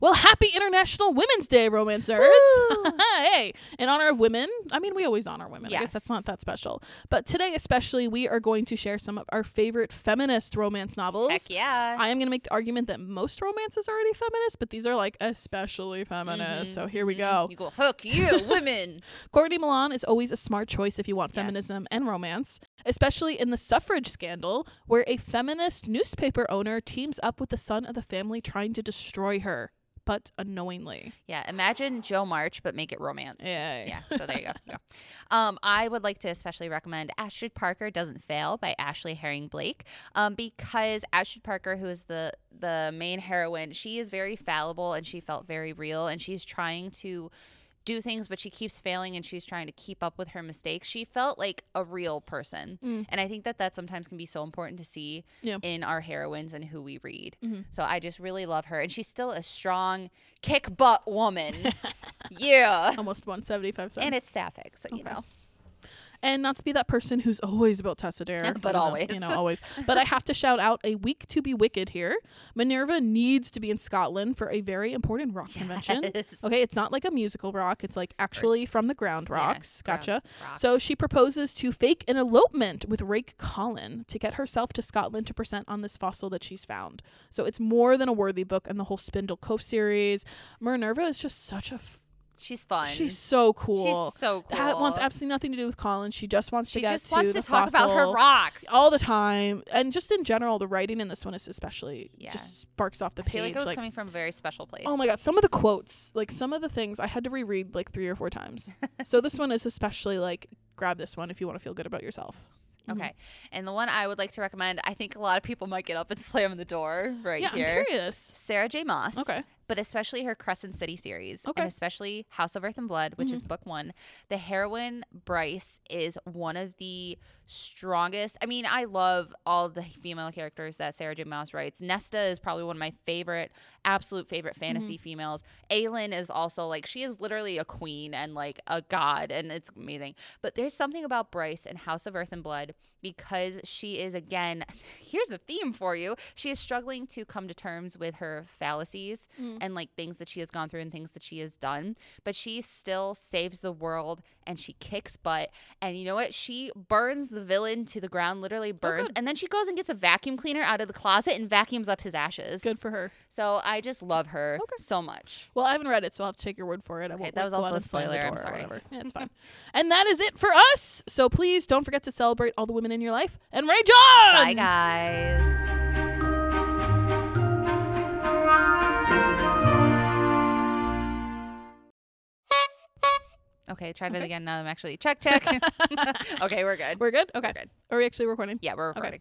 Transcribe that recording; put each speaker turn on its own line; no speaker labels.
Well, happy International Women's Day, romance nerds. hey, in honor of women, I mean, we always honor women. I guess that's
Yes.
not that special. But today, especially, we are going to share some of our favorite feminist romance novels.
Heck yeah.
I am going to make the argument that most romances are already feminist, but these are like especially feminist. So here we go.
Mm-hmm. you go hook you women.
Courtney Milan is always a smart choice if you want feminism
Yes.
and romance, especially in the suffrage scandal, where a feminist newspaper owner teams up with the son of the family trying to destroy her, but unknowingly.
Yeah, imagine Joe March, but make it romance.
Yay.
Yeah, so there you go. you go. Um, I would like to especially recommend Astrid Parker Doesn't Fail by Ashley Herring Blake um, because Astrid Parker, who is the, the main heroine, she is very fallible and she felt very real and she's trying to do things, but she keeps failing and she's trying to keep up with her mistakes. She felt like a real person. And I think that that sometimes can be so important to see
Yeah.
in our heroines and who we read. So I just really love her. And she's still a strong kick butt woman. yeah.
Almost 175 cents.
And it's sapphic, so you know.
and not to be that person who's always about Tessa Dare,
But
I don't know,
always.
you know, always. But I have to shout out a week to be wicked here. Minerva needs to be in Scotland for a very important rock convention.
Yes.
Okay, it's not like a musical rock; it's like actually from the ground rocks.
ground
gotcha.
rock.
So she proposes to fake an elopement with Rake Collin to get herself to Scotland to present on this fossil that she's found. So it's more than a worthy book, and the whole Spindle Cove series. Minerva is just such a f-
She's fun.
She's so cool.
so
That wants
cool.
absolutely nothing to do with Colin. She just wants
she
to get
just wants to
the Oh,
talk about her
fossil
rocks.
all the time, and just in general, the writing in this one is especially
Yeah.
just sparks off the
I
page.
feel like it was coming from a very special place.
oh my god, some of the quotes, like some of the things, I had to reread like three or four times. so this one is especially like grab this one if you want to feel good about yourself.
Okay.
Mm-hmm.
And the one I would like to recommend, I think a lot of people might get up and slam the door right
yeah,
here.
I'm curious.
Sarah J. Moss.
Okay.
But especially her Crescent City series,
Okay. Mm-hmm.
and especially House of Earth and Blood, which is book one. The heroine Bryce is one of the strongest. I mean, I love all the female characters that Sarah J. Moss writes. Nesta is probably one of my favorite, absolute favorite
Mm-hmm.
fantasy females. Aelin is also like she is literally a queen and like a god, and it's amazing. But there's something about Bryce and House of Earth and Blood because she is again. Here's the theme for you. She is struggling to come to terms with her fallacies and like things that she has gone through and things that she has done, but she still saves the world and she kicks butt. And you know what? She burns the villain to the ground, literally burns, and then she goes and gets a vacuum cleaner out of the closet and vacuums up his ashes.
Good for her.
so I just love her so much.
Well, I haven't read it, so I'll have to take your word for it. I
Okay,
won't,
that
like,
was
go
also
out
a
and slam the
spoiler, I'm
door or
sorry.
whatever. Yeah, it's fine. and that is it for us. So please don't forget to celebrate all the women in your life and rage on.
Bye, guys. Okay, try that again now that I'm actually check check. okay, we're good.
We're good. Okay.
good.
Are we actually recording?
yeah, we're recording.